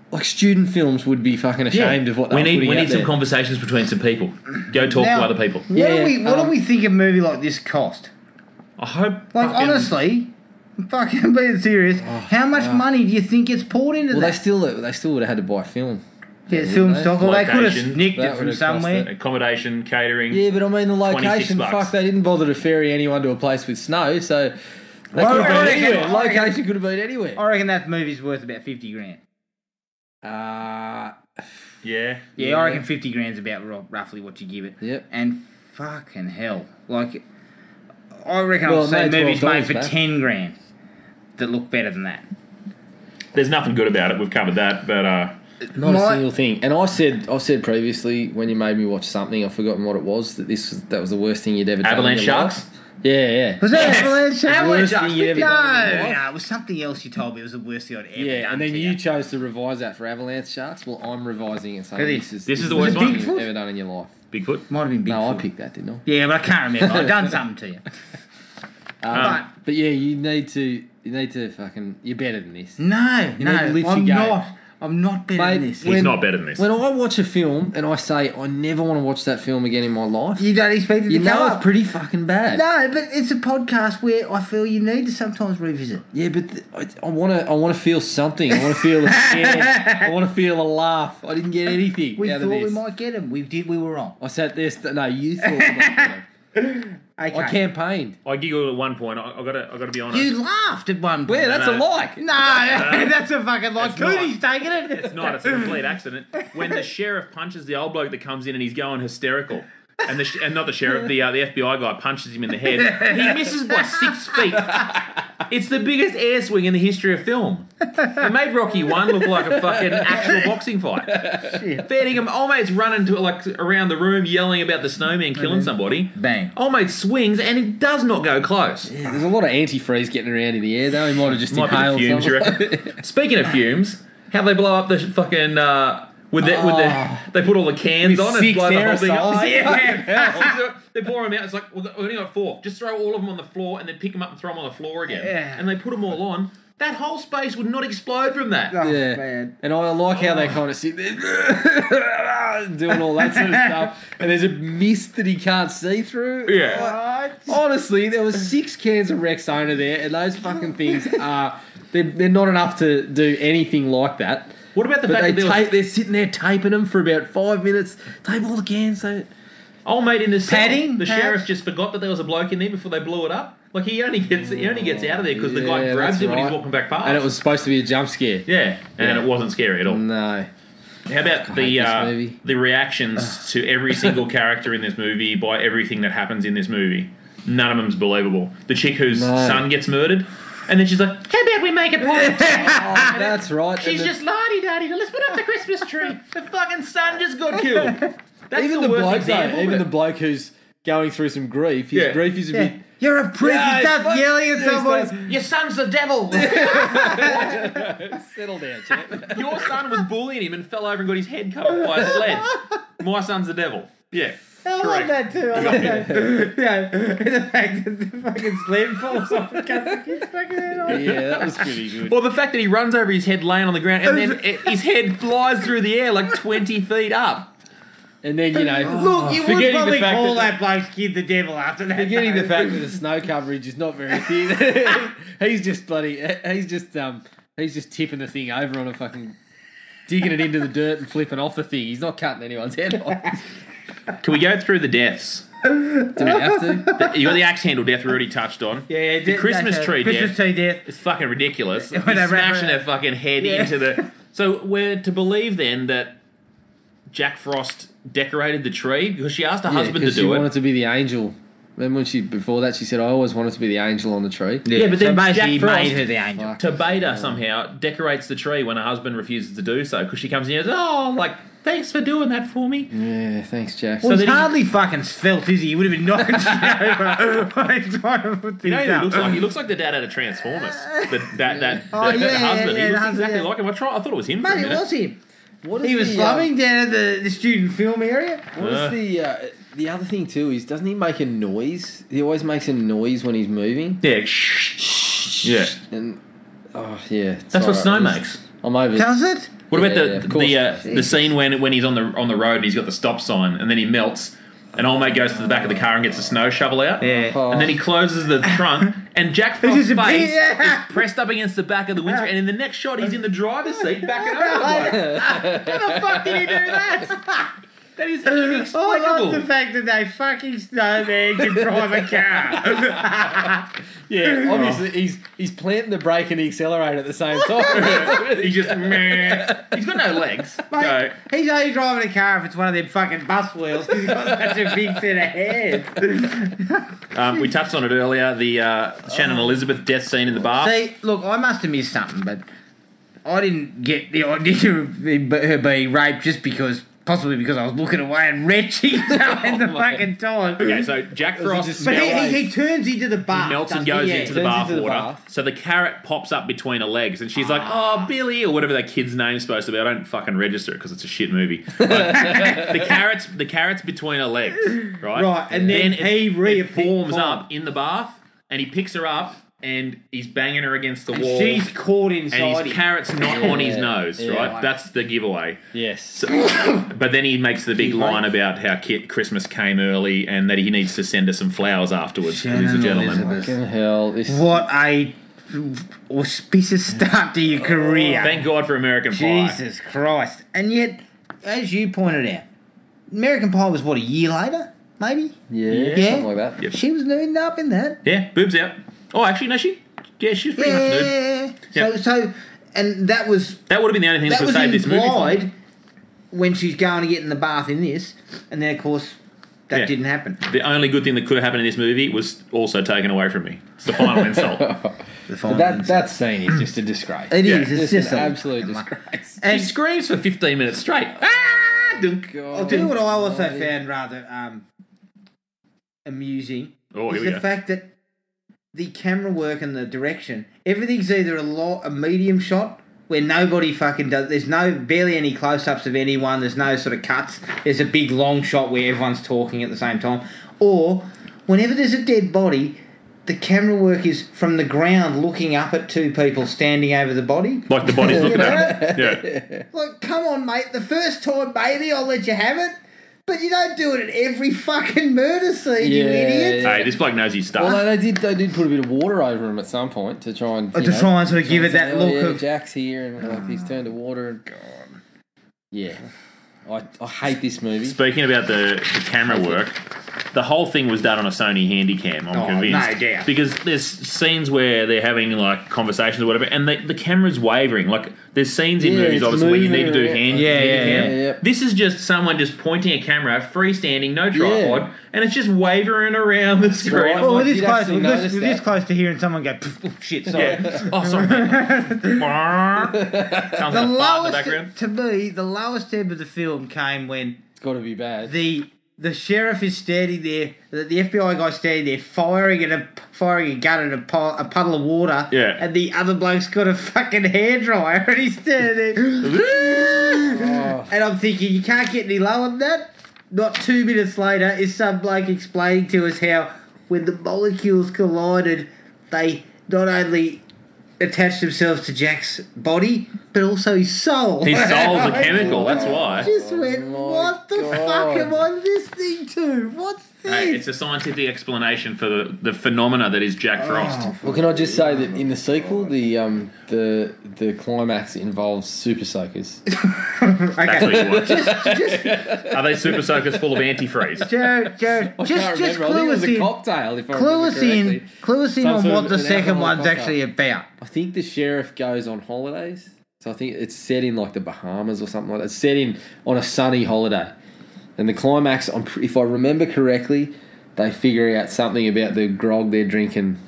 Speaker 3: like student films would be fucking ashamed of what they
Speaker 2: we
Speaker 3: were
Speaker 2: need.
Speaker 3: putting
Speaker 2: We
Speaker 3: out
Speaker 2: need some
Speaker 3: there.
Speaker 2: conversations between some people. Go talk
Speaker 1: Now-
Speaker 2: to other people.
Speaker 1: What do
Speaker 3: Yeah,
Speaker 1: we What
Speaker 3: um,
Speaker 1: do we think a movie like this cost?
Speaker 2: I hope.
Speaker 1: Like
Speaker 2: fucking-
Speaker 1: honestly, fucking being serious, how much money do you think it's poured into
Speaker 3: Oh, well, they
Speaker 1: that?
Speaker 3: still they still would have had to buy film.
Speaker 1: Yeah, film
Speaker 3: they?
Speaker 1: stock, or they could have
Speaker 2: Location.
Speaker 1: snicked
Speaker 3: That
Speaker 1: it from
Speaker 3: would've cost
Speaker 1: somewhere.
Speaker 3: it.
Speaker 2: accommodation, catering.
Speaker 3: Yeah, but I mean the
Speaker 2: 26
Speaker 3: location.
Speaker 2: bucks.
Speaker 3: Fuck, they didn't bother to ferry anyone to a place with snow, so they
Speaker 1: I
Speaker 3: could have been
Speaker 1: reckon- I
Speaker 3: anywhere.
Speaker 1: reckon-
Speaker 3: Location could have been anywhere.
Speaker 1: I reckon that movie's worth about fifty grand.
Speaker 3: Uh,
Speaker 2: Yeah.
Speaker 1: Yeah, I reckon fifty grand's about ro- roughly what you give it.
Speaker 3: Yep.
Speaker 1: And fucking hell, like I reckon
Speaker 3: Well,
Speaker 1: I've
Speaker 3: it made
Speaker 1: seen movies made
Speaker 3: $12,
Speaker 1: for
Speaker 3: mate.
Speaker 1: ten grand that look better than that.
Speaker 2: There's nothing good about it. We've covered that, but uh,
Speaker 3: not
Speaker 1: My-
Speaker 3: a single thing. And I said, I said previously when you made me watch something, I've forgotten what it was. That this was, that was the worst thing you'd ever done. in
Speaker 2: Avalanche
Speaker 3: your life.
Speaker 2: Sharks?
Speaker 3: Yeah, yeah,
Speaker 1: Was that Avalanche? Avalanche?
Speaker 3: Worst thing you ever done in your
Speaker 1: No,
Speaker 3: life.
Speaker 1: no, it was something else you told me. It was the worst thing I'd ever
Speaker 3: yeah.
Speaker 1: done.
Speaker 3: And then
Speaker 1: to
Speaker 3: you chose to revise that for Avalanche Sharks. Well, I'm revising it. Saying
Speaker 1: Really?
Speaker 3: this is
Speaker 2: This is the
Speaker 3: the
Speaker 2: worst
Speaker 3: worst thing
Speaker 1: one?
Speaker 3: you've ever done in your life.
Speaker 2: Bigfoot.
Speaker 1: Might have been big.
Speaker 3: No, I picked that, didn't I?
Speaker 1: Yeah, but I can't remember. I've done something to you.
Speaker 2: Um,
Speaker 3: But yeah, you need to, you need to fucking, you're better than this.
Speaker 1: but no,
Speaker 3: You need to lift
Speaker 1: no, I'm
Speaker 3: your game.
Speaker 1: not. I'm not better than
Speaker 3: Mate,
Speaker 1: this.
Speaker 2: he's
Speaker 3: when-
Speaker 2: not better than this.
Speaker 3: When I watch a film and I say I never want to watch that film again in my life,
Speaker 1: You don't expect it
Speaker 3: you
Speaker 1: to go
Speaker 3: know it's
Speaker 1: up.
Speaker 3: pretty fucking bad.
Speaker 1: no, but it's a podcast where I feel you need to sometimes revisit.
Speaker 3: Yeah, but th- I- I want to. I want to feel something. I want to feel a scare. I want to feel a laugh. I didn't get anything
Speaker 1: We
Speaker 3: out of
Speaker 1: thought we
Speaker 3: this.
Speaker 1: might get him. We did. We were wrong.
Speaker 3: I sat there. St- no, you thought. we might get 'em.
Speaker 1: Okay.
Speaker 3: I campaigned.
Speaker 2: I giggled at one point. I, I gotta. I gotta be honest.
Speaker 1: You laughed at one point.
Speaker 3: Yeah, that's a
Speaker 2: no.
Speaker 3: like.
Speaker 1: No, that's a fucking lie.
Speaker 2: It's not.
Speaker 1: Cootie's taking it.
Speaker 2: It's not. It's a complete accident. When the sheriff punches the old bloke that comes in and he's going hysterical, and the sh- and not the sheriff, the uh, the FBI guy punches him in the head. He misses by six feet. It's the biggest air swing in the history of film. It made Rocky One look like a fucking actual boxing fight. Fair dinkum. Old mate's running to like around the room yelling about the snowman killing somebody.
Speaker 1: Bang.
Speaker 2: Old mate swings and it does not go close.
Speaker 3: Yeah, there's a lot of antifreeze getting around in the air though. He might have just
Speaker 2: Might be the
Speaker 3: inhaled
Speaker 2: fumes, you
Speaker 3: something.
Speaker 2: reckon? Speaking of fumes, how they blow up the fucking uh, with the, with the, they put all the cans
Speaker 3: With
Speaker 2: on and
Speaker 3: six
Speaker 2: blow the whole thing up.
Speaker 3: aerosols.
Speaker 2: Yeah. they pour them out. It's like we've got- we've only got four. Just throw all of them on the floor and then pick them up and throw them on the floor again.
Speaker 1: Yeah.
Speaker 2: And they put them all on. That whole space would not explode from that.
Speaker 1: Oh,
Speaker 3: Yeah,
Speaker 1: man.
Speaker 3: and I like how they kind of sit there doing all that sort of stuff, and there's a mist that he can't see through.
Speaker 2: Yeah.
Speaker 3: Honestly, there was six cans of Rexona there, and those fucking things are they're, they're not enough to do anything like that.
Speaker 2: What about the
Speaker 3: But
Speaker 2: fact
Speaker 3: they
Speaker 2: that there was-
Speaker 3: tape, they're sitting there taping them for about five minutes. Tape all the cans. They,
Speaker 2: old mate in the cell,
Speaker 1: Padding,
Speaker 2: the
Speaker 1: perhaps?
Speaker 2: sheriff just forgot that there was a bloke in there before they blew it up. Like he only gets he only gets out of there because the guy
Speaker 3: Yeah,
Speaker 2: grabs
Speaker 3: that's
Speaker 2: him when he's
Speaker 3: right.
Speaker 2: walking back past.
Speaker 3: and it was supposed to be a jump scare.
Speaker 2: yeah, and it wasn't scary at all.
Speaker 3: No.
Speaker 2: How about
Speaker 3: I hate
Speaker 2: the
Speaker 3: this
Speaker 2: uh,
Speaker 3: movie.
Speaker 2: the reactions to every single character in this movie by everything that happens in this movie? None of them's believable. The chick whose
Speaker 3: No.
Speaker 2: son gets murdered, and then she's like, "How about we make a party?
Speaker 3: That's right.
Speaker 2: she's
Speaker 3: Ah, and
Speaker 2: just lardy daddy. Let's put up the Christmas tree. The fucking son just got killed. That's
Speaker 3: even
Speaker 2: the,
Speaker 3: the,
Speaker 2: worst
Speaker 3: bloke,
Speaker 2: example.
Speaker 3: though,
Speaker 2: of
Speaker 3: even
Speaker 2: it.
Speaker 3: the bloke who's going through some grief. His
Speaker 2: Yeah.
Speaker 3: grief is a
Speaker 1: Yeah.
Speaker 3: bit.
Speaker 1: You're a prick.
Speaker 3: Yeah,
Speaker 1: you start
Speaker 3: fuck
Speaker 1: yelling at
Speaker 3: you,
Speaker 1: someone.
Speaker 3: son.
Speaker 2: Your son's the devil.
Speaker 3: Settle down, chap.
Speaker 2: Your son was bullying him and fell over and got his head cut off by a sledge. My son's the devil. Yeah.
Speaker 1: I
Speaker 2: Correct.
Speaker 1: love that too. I love that. yeah, and the fact that the fucking sled falls off and cuts the kid's fucking head off.
Speaker 3: yeah, that was pretty good.
Speaker 2: Or the fact that he runs over his head laying on the ground and then it, his head flies through the air like 20 feet up.
Speaker 3: And then you know,
Speaker 2: Uh-huh.
Speaker 1: Look, you would
Speaker 3: forgetting the
Speaker 1: probably
Speaker 3: fact
Speaker 1: call that
Speaker 3: that-
Speaker 1: bloke's kid the devil after that.
Speaker 3: Forgetting the
Speaker 1: though.
Speaker 3: fact that the snow coverage is not very thin, he's just bloody. He's just um. He's just tipping the thing over on a fucking digging it into the dirt and flipping off the thing. He's not cutting anyone's head off.
Speaker 2: Can we go through the deaths?
Speaker 3: Do we have to?
Speaker 2: The- You got the axe handle death we already touched on.
Speaker 1: Yeah, yeah.
Speaker 2: The
Speaker 1: de-
Speaker 2: Christmas
Speaker 1: that's a-
Speaker 2: tree
Speaker 1: Christmas
Speaker 2: death.
Speaker 1: tree death.
Speaker 2: It's fucking ridiculous. He's
Speaker 1: When I wrap
Speaker 2: smashing
Speaker 1: it-
Speaker 2: their fucking head
Speaker 1: Yeah.
Speaker 2: into the. So we're to believe then that Jack Frost decorated the tree because she asked her husband to
Speaker 3: because she
Speaker 2: do
Speaker 3: wanted
Speaker 2: it.
Speaker 3: to be the angel. Remember when she before that she said, "I always wanted to be the angel on the tree."
Speaker 2: Yeah, but
Speaker 1: so
Speaker 2: then
Speaker 1: basically,
Speaker 2: Jack Frost-
Speaker 1: he made her the angel.
Speaker 3: Fuck.
Speaker 2: To Beta somehow decorates the tree when her husband refuses to do so because she comes in and goes, "Oh, like thanks for doing that for me."
Speaker 3: Yeah, thanks, Jack.
Speaker 1: Well,
Speaker 2: So
Speaker 1: he's
Speaker 2: then he-
Speaker 1: hardly fucking svelte, is he? He would have been knocking shit over. when he's trying to put
Speaker 2: You know
Speaker 1: things
Speaker 2: who he
Speaker 1: up.
Speaker 2: looks like? He looks like the dad out of Transformers. The, that that,
Speaker 1: Oh,
Speaker 2: the,
Speaker 1: yeah,
Speaker 2: the husband.
Speaker 1: yeah,
Speaker 2: he
Speaker 1: the
Speaker 2: looks
Speaker 1: husband,
Speaker 2: exactly
Speaker 1: yeah.
Speaker 2: like him. I, tried, I thought it was him.
Speaker 1: Mate,
Speaker 2: for a
Speaker 1: it
Speaker 2: minute.
Speaker 1: was him.
Speaker 3: what
Speaker 1: He was slumming down at the, the student film area.
Speaker 3: What's
Speaker 2: Uh.
Speaker 3: the uh, the other thing too is doesn't he make a noise? He always makes a noise when he's moving.
Speaker 2: Yeah. shh. Yeah.
Speaker 3: And oh yeah,
Speaker 2: That's what snow
Speaker 3: sorry, I was-
Speaker 2: makes.
Speaker 3: I'm over. it.
Speaker 1: Does it?
Speaker 2: What about
Speaker 3: Yeah,
Speaker 2: the
Speaker 3: yeah, of
Speaker 2: the uh,
Speaker 3: course.
Speaker 2: the scene when when he's on the on the road and he's got the stop sign and then he melts and old mate goes to the back of the car and gets a snow shovel out.
Speaker 1: Yeah.
Speaker 3: Oh.
Speaker 2: And then he closes the trunk, and Jack Frost's
Speaker 1: This is a
Speaker 2: face
Speaker 1: bit- yeah.
Speaker 2: is pressed up against the back of the windscreen. And in the next shot, he's in the driver's seat backing up. Like, How the fuck did he do that? That is
Speaker 1: Oh, I love the
Speaker 2: inexplicable.
Speaker 1: fact that they fucking snowman can drive a car.
Speaker 3: Yeah, obviously he's he's planting the brake and the accelerator at the same time.
Speaker 2: He just meh. he's got no legs.
Speaker 1: Mate,
Speaker 2: So
Speaker 1: he's only driving a car if it's one of them fucking bus wheels because he's got such a big set of hair.
Speaker 2: um, we touched on it earlier. The uh, Shannon Elizabeth death scene in the bar.
Speaker 1: Oh. See, look, I must have missed something, but I didn't get the idea of him- her being raped just because, possibly because I was looking away and retching at the fucking time.
Speaker 2: Oh Okay, so Jack Frost
Speaker 3: just
Speaker 1: but
Speaker 2: melts-
Speaker 1: he, he, he turns into the bath.
Speaker 2: melts and
Speaker 1: Ah, doesn't
Speaker 2: goes
Speaker 1: he? Yeah.
Speaker 2: into the
Speaker 3: turns
Speaker 2: bath
Speaker 3: into the
Speaker 2: water.
Speaker 3: bath.
Speaker 2: So the carrot pops up between her legs, and she's like,
Speaker 1: Ah.
Speaker 2: "Oh, Billy," or whatever that kid's name's supposed to be. I don't fucking register it because it's a shit movie. But the carrots, the carrots between her legs, right?
Speaker 1: Right, and then
Speaker 2: it-
Speaker 1: he
Speaker 2: it
Speaker 1: reappears-
Speaker 2: forms up in the bath, and he picks her up, and he's banging her against the wall.
Speaker 1: She's caught inside
Speaker 2: and his
Speaker 1: him.
Speaker 2: carrot's not on his
Speaker 3: Yeah,
Speaker 2: nose,
Speaker 3: yeah.
Speaker 2: right? That's the giveaway.
Speaker 3: yes.
Speaker 2: So, but then he makes the big line about how Kit Christmas came early and that he needs to send her some flowers afterwards. 'cause He's a
Speaker 1: Shannon
Speaker 2: gentleman.
Speaker 1: Elizabeth.
Speaker 3: Hell, this
Speaker 1: What a auspicious start to your career.
Speaker 2: Oh, Thank God for American Pie.
Speaker 1: Jesus Christ. And yet, as you pointed out, American Pie was what, a year later? Maybe?
Speaker 3: yeah,
Speaker 1: Yeah.
Speaker 3: something like that.
Speaker 2: Yep.
Speaker 1: She was nude up in that.
Speaker 2: Yeah, boobs out. Oh, actually, no, she. Yeah, she's pretty
Speaker 1: Yeah.
Speaker 2: much nude.
Speaker 1: So,
Speaker 2: Yep.
Speaker 1: so, and that was
Speaker 2: That would have been the only thing that,
Speaker 1: that
Speaker 2: could
Speaker 1: was
Speaker 2: save this movie. for me.
Speaker 1: implied when she's going to get in the bath in this, and then of course that
Speaker 2: Yeah.
Speaker 1: didn't happen.
Speaker 2: The only good thing that could have happened in this movie was also taken away from me. It's the final insult.
Speaker 1: The
Speaker 3: But
Speaker 1: final
Speaker 3: that that scene is just a disgrace.
Speaker 1: it
Speaker 2: yeah,
Speaker 1: is. It's
Speaker 3: It's
Speaker 1: just
Speaker 3: an
Speaker 1: a-
Speaker 3: absolute disgrace.
Speaker 2: She
Speaker 1: And
Speaker 2: screams for 15 minutes straight. Ah! Dunk.
Speaker 1: I'll tell Oh, you what I also found rather um, amusing
Speaker 2: Oh,
Speaker 1: is
Speaker 2: here
Speaker 1: the
Speaker 2: we go.
Speaker 1: fact that the camera work and the direction, everything's either a lot a medium shot where nobody fucking does. There's no barely any close ups of anyone. There's no sort of cuts. There's a big long shot where everyone's talking at the same time, or whenever there's a dead body. The camera work is from the ground looking up at two people standing over the body.
Speaker 2: Like the body's looking at him. Yeah.
Speaker 1: Like, come on, mate. The first time, maybe I'll let you have it, but you don't do it at every fucking murder scene, you
Speaker 3: Yeah,
Speaker 1: idiot.
Speaker 3: yeah.
Speaker 2: Hey, this bloke knows his stuff.
Speaker 3: Although they did, they did put a bit of water over him at some point to try and
Speaker 1: Or
Speaker 3: you
Speaker 1: to
Speaker 3: know,
Speaker 1: try and sort of give it that
Speaker 3: Oh,
Speaker 1: look
Speaker 3: yeah,
Speaker 1: of.
Speaker 3: Jack's here and like, he's turned to water and gone. Yeah, I, I hate this movie.
Speaker 2: Speaking about the, the camera work, the whole thing was done on a Sony Handycam. I'm
Speaker 1: Oh,
Speaker 2: convinced.
Speaker 1: no doubt.
Speaker 2: Because there's scenes where they're having like conversations or whatever, and they, the camera's wavering. Like there's scenes in
Speaker 3: Yeah,
Speaker 2: movies
Speaker 3: it's
Speaker 2: obviously where you need to do
Speaker 3: moving,
Speaker 2: hand.
Speaker 3: yeah.
Speaker 2: hand
Speaker 1: Yeah, yeah,
Speaker 2: cam.
Speaker 3: yeah, yeah.
Speaker 2: This is just someone just pointing a camera, freestanding, no tripod,
Speaker 3: Yeah.
Speaker 2: and it's just wavering around the screen.
Speaker 3: right.
Speaker 2: I'm
Speaker 1: Oh,
Speaker 2: like,
Speaker 1: we're this
Speaker 3: You'd
Speaker 1: close.
Speaker 3: actually
Speaker 1: We're this,
Speaker 3: notice
Speaker 1: we're this
Speaker 3: that.
Speaker 1: close to hearing someone go, "Pff, oh, shit, sorry.
Speaker 2: yeah. oh, sorry. Sounds
Speaker 1: The
Speaker 2: like a fart in the
Speaker 1: lowest,
Speaker 2: background.
Speaker 1: to me, the lowest ebb of the film came when
Speaker 3: It's got to be bad.
Speaker 1: the the sheriff is standing there, the, the FBI guy standing there, firing at a firing a gun at a, pu- a puddle of water.
Speaker 2: Yeah.
Speaker 1: And the other bloke's got a fucking hairdryer, and he's standing there. and I'm thinking, you can't get any lower than that. Not two minutes later, is some bloke explaining to us how when the molecules collided, they not only attached themselves to Jack's body, but also his soul.
Speaker 2: His soul's a chemical. That's why.
Speaker 1: just went,
Speaker 3: Oh my
Speaker 1: what the
Speaker 3: God.
Speaker 1: fuck am I listening to? What's this?
Speaker 2: a, it's a scientific explanation for the, the phenomena that is Jack Frost.
Speaker 3: Well, can I just say that in the sequel, the um, the the climax involves super soakers.
Speaker 2: That's
Speaker 1: Okay.
Speaker 2: what you want. Are they super soakers full of antifreeze?
Speaker 1: Joe, Joe, just, just clue us in.
Speaker 3: cocktail. If I
Speaker 1: Clue us in. Clue us in
Speaker 3: Some
Speaker 1: on
Speaker 3: sort
Speaker 1: what
Speaker 3: of
Speaker 1: the
Speaker 3: an
Speaker 1: second
Speaker 3: alcohol
Speaker 1: one's
Speaker 3: cocktail.
Speaker 1: actually about.
Speaker 3: I think the sheriff goes on holidays. So I think it's set in like the Bahamas or something like that. It's set in on a sunny holiday. And the climax, I'm, pr- if I remember correctly, they figure out something about the grog they're drinking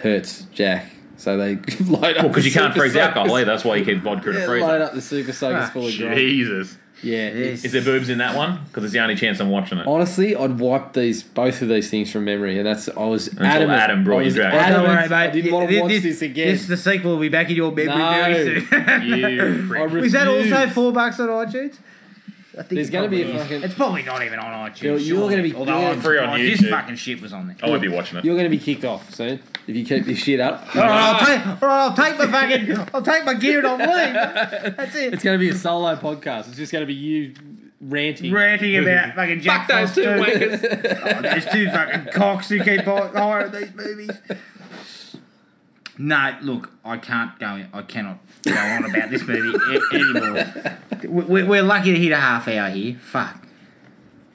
Speaker 3: hurts Jack. So they light up.
Speaker 2: Well, because
Speaker 3: the
Speaker 2: you can't
Speaker 3: super
Speaker 2: freeze alcohol
Speaker 3: soakers.
Speaker 2: either. That's why you keep vodka in a
Speaker 3: Yeah, Light
Speaker 2: freezer.
Speaker 3: up the super soakers
Speaker 1: Ah,
Speaker 3: full of grog.
Speaker 2: Jesus.
Speaker 3: Yeah, it's-
Speaker 2: Is there boobs in that one? Because it's the only chance I'm watching it.
Speaker 3: Honestly, I'd wipe these both of these things from memory, and that's I was
Speaker 2: Until
Speaker 3: adamant.
Speaker 2: Adam brought
Speaker 3: I
Speaker 2: you
Speaker 3: was
Speaker 2: Dragon.
Speaker 1: Oh, don't
Speaker 3: adamant.
Speaker 1: worry, mate.
Speaker 3: I didn't
Speaker 1: Yeah,
Speaker 3: want to
Speaker 1: thi-
Speaker 3: watch this,
Speaker 1: this
Speaker 3: again.
Speaker 1: This the sequel will be back in your memory
Speaker 3: No.
Speaker 1: very soon.
Speaker 2: You
Speaker 3: I
Speaker 2: prick.
Speaker 1: Is that
Speaker 3: refuse.
Speaker 1: also four bucks on iTunes? I think
Speaker 3: There's
Speaker 1: it
Speaker 3: gonna be a
Speaker 1: probably is.
Speaker 3: fucking-
Speaker 1: It's probably not even on iTunes.
Speaker 3: Bill, you're gonna be
Speaker 1: surely, although
Speaker 3: dead.
Speaker 1: I'm
Speaker 2: Free on
Speaker 1: surprised This
Speaker 2: YouTube.
Speaker 1: fucking shit was on there.
Speaker 2: I won't be watching it.
Speaker 3: You're going to be kicked off soon if you keep your shit up.
Speaker 1: All right, I'll take. All right, I'll take my fucking. I'll take my gear and I'll leave. That's it.
Speaker 3: It's going to be a solo podcast. It's just going to be you ranting.
Speaker 1: ranting about fucking Jack
Speaker 2: those
Speaker 1: Frost
Speaker 2: two
Speaker 1: too.
Speaker 2: wankers.
Speaker 1: Oh, those two fucking cocks who keep Oh, hi- hiring these movies. No, look, I can't go. I cannot go on about this movie a- anymore. We- we- We're lucky to hit a half hour here. Fuck.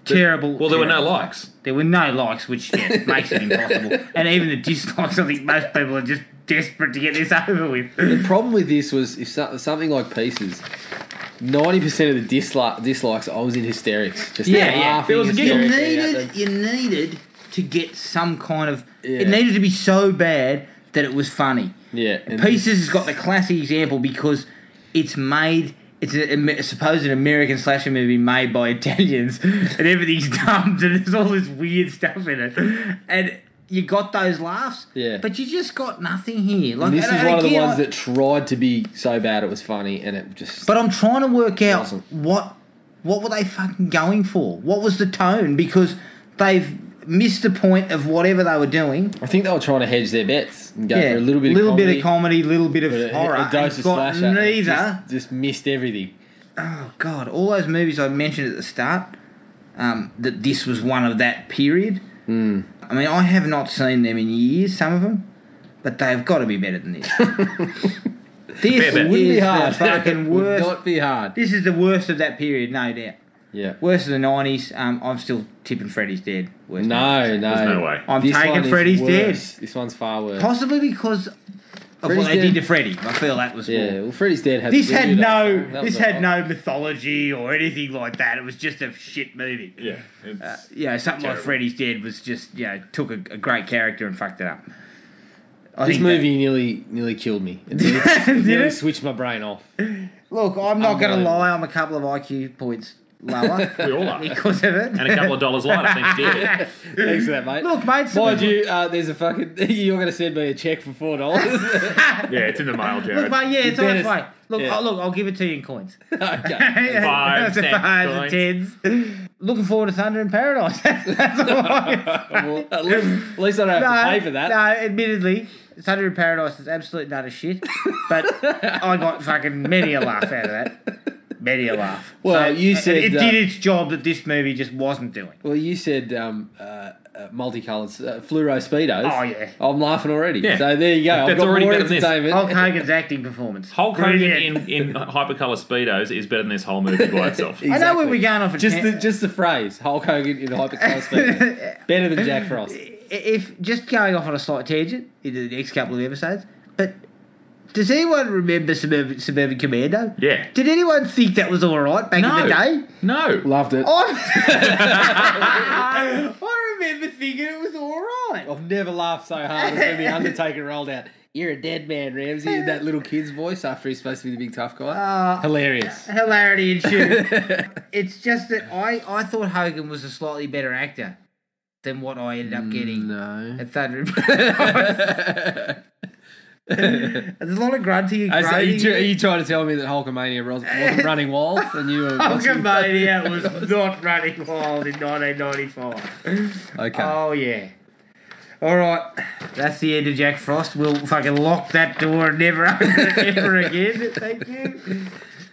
Speaker 1: Terrible.
Speaker 2: Well, there were no
Speaker 1: terrible.
Speaker 2: likes.
Speaker 1: There were no likes, which yeah, makes it impossible. And even the dislikes, I think most people are just desperate to get this over with.
Speaker 3: The problem with this was if so, something like Pieces, 90% of the disli- dislikes, I was in hysterics. Just
Speaker 1: Yeah,
Speaker 3: laughing
Speaker 1: yeah.
Speaker 2: There was a
Speaker 1: You
Speaker 2: giggle.
Speaker 3: hysterically at
Speaker 1: needed, you needed to get some kind of. It
Speaker 3: Yeah.
Speaker 1: needed to be so bad that it was funny.
Speaker 3: them. Yeah. and
Speaker 1: Pieces has got the classic example because it's made. It's a, Amer- a supposed American slasher movie made by Italians, and everything's dumped, and there's all this weird stuff in it, and you got those laughs.
Speaker 3: Yeah.
Speaker 1: But you just got nothing here. Like
Speaker 3: And this
Speaker 1: and-
Speaker 3: is
Speaker 1: and
Speaker 3: one of the
Speaker 1: again,
Speaker 3: ones
Speaker 1: I-
Speaker 3: that tried to be so bad it was funny, and it just.
Speaker 1: But I'm trying to work out
Speaker 3: Awesome.
Speaker 1: what what were they fucking going for? What was the tone? Because they've missed the point of whatever they were doing.
Speaker 3: I think they were trying to hedge their bets and go
Speaker 1: yeah,
Speaker 3: for a little bit,
Speaker 1: little
Speaker 3: of
Speaker 1: bit of comedy, little bit of
Speaker 3: but a-
Speaker 1: horror.
Speaker 3: a dose
Speaker 1: and
Speaker 3: of
Speaker 1: got
Speaker 3: slasher.
Speaker 1: Neither.
Speaker 3: Just, just missed everything.
Speaker 1: Oh god, all those movies I mentioned at the start, um, that this was one of that period.
Speaker 3: Hmm.
Speaker 1: I mean, I have not seen them in years, some of them, but they've got to be better than this. this
Speaker 2: Fair bet.
Speaker 1: is
Speaker 2: Wouldn't
Speaker 3: Wouldn't
Speaker 1: the
Speaker 3: be hard.
Speaker 1: fucking worst.
Speaker 3: Would not be hard.
Speaker 1: This is the worst of that period, no doubt.
Speaker 3: Yeah.
Speaker 1: Worst of the nineties. Um, I'm still tipping Freddy's dead. Worst
Speaker 3: No, no.
Speaker 2: There's no way.
Speaker 1: I'm
Speaker 3: This one
Speaker 1: taking
Speaker 3: is
Speaker 1: Freddy's
Speaker 3: worse.
Speaker 1: dead.
Speaker 3: This one's far worse.
Speaker 1: Possibly because of
Speaker 3: Freddy's
Speaker 1: what they
Speaker 3: dead.
Speaker 1: did to Freddy. I feel that was
Speaker 3: yeah,
Speaker 1: more.
Speaker 3: well, Freddy's dead. Had
Speaker 1: This
Speaker 3: to do
Speaker 1: had
Speaker 3: with that
Speaker 1: no.
Speaker 3: song. That
Speaker 1: This
Speaker 3: was
Speaker 1: had
Speaker 3: a-
Speaker 1: no mythology or anything like that. It was just a shit movie.
Speaker 2: Yeah.
Speaker 1: Uh, you know, something like Freddy's Dead was just, you know, took a, a great character and fucked it up. I
Speaker 3: This
Speaker 1: think that-
Speaker 3: movie nearly nearly killed me. It nearly,
Speaker 1: Did
Speaker 3: nearly
Speaker 1: it?
Speaker 3: switched my brain off.
Speaker 1: Look, I'm not going to
Speaker 3: unbelievable.
Speaker 1: lie. I'm a couple of IQ points lower
Speaker 2: We all are.
Speaker 1: because of it.
Speaker 2: And a couple of dollars later, thanks, dear.
Speaker 3: Thanks for that, mate.
Speaker 1: Look, mate, someone-
Speaker 3: Mind you, uh, there's a fucking. You're going to send me a check for four dollars.
Speaker 2: Yeah, it's in the mail,
Speaker 1: Look,
Speaker 2: Jared.
Speaker 1: mate, yeah, it's on its
Speaker 3: better-
Speaker 1: way. Look,
Speaker 3: yeah.
Speaker 1: oh, look, I'll give it to you in coins.
Speaker 3: okay.
Speaker 2: Five
Speaker 1: That's a
Speaker 2: cent
Speaker 1: five and tens. Looking forward to Thunder in Paradise. That's all I can
Speaker 3: Well, at least, at least I don't have to pay for that.
Speaker 1: No, admittedly, Thunder in Paradise is absolute nut of shit. But I got fucking many a laugh out of that. Many a laugh.
Speaker 3: Well, you
Speaker 1: it-
Speaker 3: said
Speaker 1: uh,
Speaker 3: uh,
Speaker 1: it,
Speaker 3: that-
Speaker 1: did its job that this movie just wasn't doing.
Speaker 3: Well, you said um, uh, uh, multicolored uh, fluoro speedos.
Speaker 1: Oh, yeah.
Speaker 3: I'm laughing already.
Speaker 2: Yeah.
Speaker 3: So there you go. I've
Speaker 2: That's
Speaker 3: got
Speaker 2: already
Speaker 3: more
Speaker 2: better than this.
Speaker 3: entertainment.
Speaker 1: Hulk Hogan's acting performance.
Speaker 2: Hulk Hogan in,
Speaker 1: Brilliant.
Speaker 2: in hypercolor speedos is better than this whole movie by itself.
Speaker 1: I know where we're
Speaker 3: Exactly.
Speaker 1: going off. a
Speaker 3: Just
Speaker 1: tan-
Speaker 3: the just the phrase Hulk Hogan in hypercolor speedos better than Jack Frost.
Speaker 1: if just going off on a slight tangent into the next couple of episodes, but does anyone remember Suburban, Suburban Commando?
Speaker 2: Yeah.
Speaker 1: Did anyone think that was all right back in the
Speaker 2: No.
Speaker 1: day?
Speaker 2: No.
Speaker 3: Loved it.
Speaker 1: I, I remember thinking it was all right.
Speaker 3: I've never laughed so hard as when the Undertaker rolled out. You're a dead man, Ramsey, in that little kid's voice after he's supposed to be the big tough guy. Hilarious.
Speaker 1: Hilarity ensued. it's just that I, I thought Hogan was a slightly better actor than what I ended up getting
Speaker 3: No.
Speaker 1: at Thunder. There's a lot of grunting and
Speaker 3: As- are, you, tr- are
Speaker 1: groaning.
Speaker 3: you trying to tell me that Hulkamania was, wasn't running walls and you were watching-
Speaker 1: Hulkamania was not running wild in 1995.
Speaker 3: Okay.
Speaker 1: Oh yeah. All right, that's the end of Jack Frost. We'll fucking lock that door and never open it ever again. Thank you.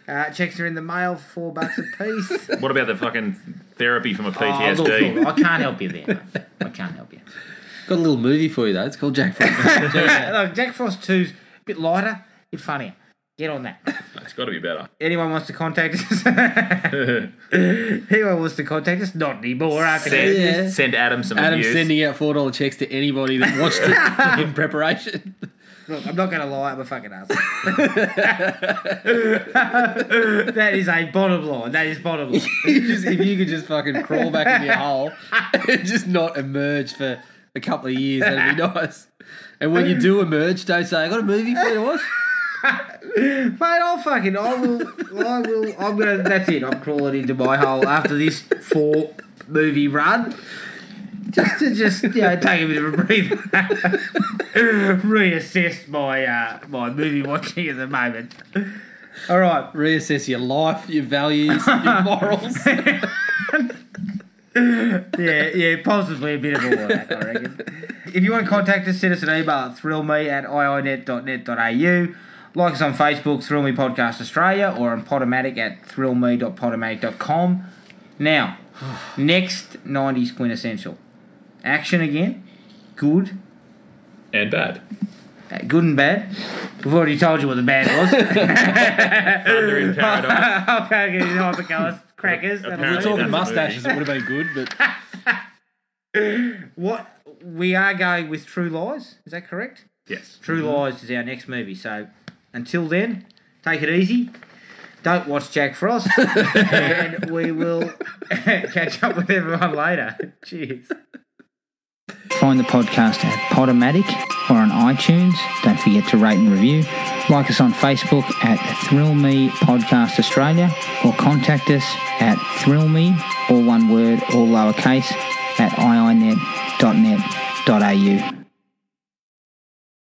Speaker 1: Uh, checks are in the mail, four bucks a piece.
Speaker 2: What about the fucking therapy from a
Speaker 1: Oh, look,
Speaker 2: PTSD.
Speaker 1: look, I can't help you there. mate. I can't help you.
Speaker 3: Got a little movie for you though. It's called Jack Frost.
Speaker 1: Uh, look, Jack Frost 2's a bit lighter, a bit funnier. Get on that.
Speaker 2: it's got to be better.
Speaker 1: Anyone wants to contact us? Anyone wants to contact us? Not anymore. I can
Speaker 2: Send,
Speaker 3: Yeah.
Speaker 2: send Adam some
Speaker 3: Adam's
Speaker 2: abuse.
Speaker 3: sending out four dollar checks to anybody that watched it in preparation.
Speaker 1: Look, I'm not going to lie, I'm a fucking ass. that is a bottom line. That is bottom line.
Speaker 3: You just- if you could just fucking crawl back in your hole and just not emerge for a couple of years, that'd be nice. And when you do emerge, don't say, I got a movie for you to watch.
Speaker 1: Mate, I'll fucking, I will, I will, I'm gonna, that's it. I'm crawling into my hole after this four movie run. Just to just, you know, take a bit of a breather. Reassess my, uh, my movie watching at the moment. All right.
Speaker 3: Reassess your life, your values, your morals.
Speaker 1: Yeah, yeah, possibly a bit of all of that, I reckon. If you want to contact us, send us an email at thrillme at iinet.net.au. Like us on Facebook, Thrill Me Podcast Australia, or on Podomatic at thrillme.podomatic.com. Now, next 90s quintessential. Action again. Good.
Speaker 2: And bad.
Speaker 1: uh, Good and bad. We've already told you what the bad was.
Speaker 2: Thunder in paradise.
Speaker 1: okay, okay, hypercolors, crackers. that'll
Speaker 2: Apparently
Speaker 1: do.
Speaker 2: Talking mustaches,
Speaker 3: mustaches, it would have been good, but
Speaker 1: What we are going with True Lies. Is that correct?
Speaker 2: yes.
Speaker 1: True Lies is our next movie. So until then, take it easy. Don't watch Jack Frost. and we will catch up with everyone later. Cheers.
Speaker 7: Find the podcast at Podomatic or on iTunes. Don't forget to rate and review. Like us on Facebook at Thrill Me Podcast Australia or contact us at Thrill Me, all one word, all lowercase, at iinet.net.au.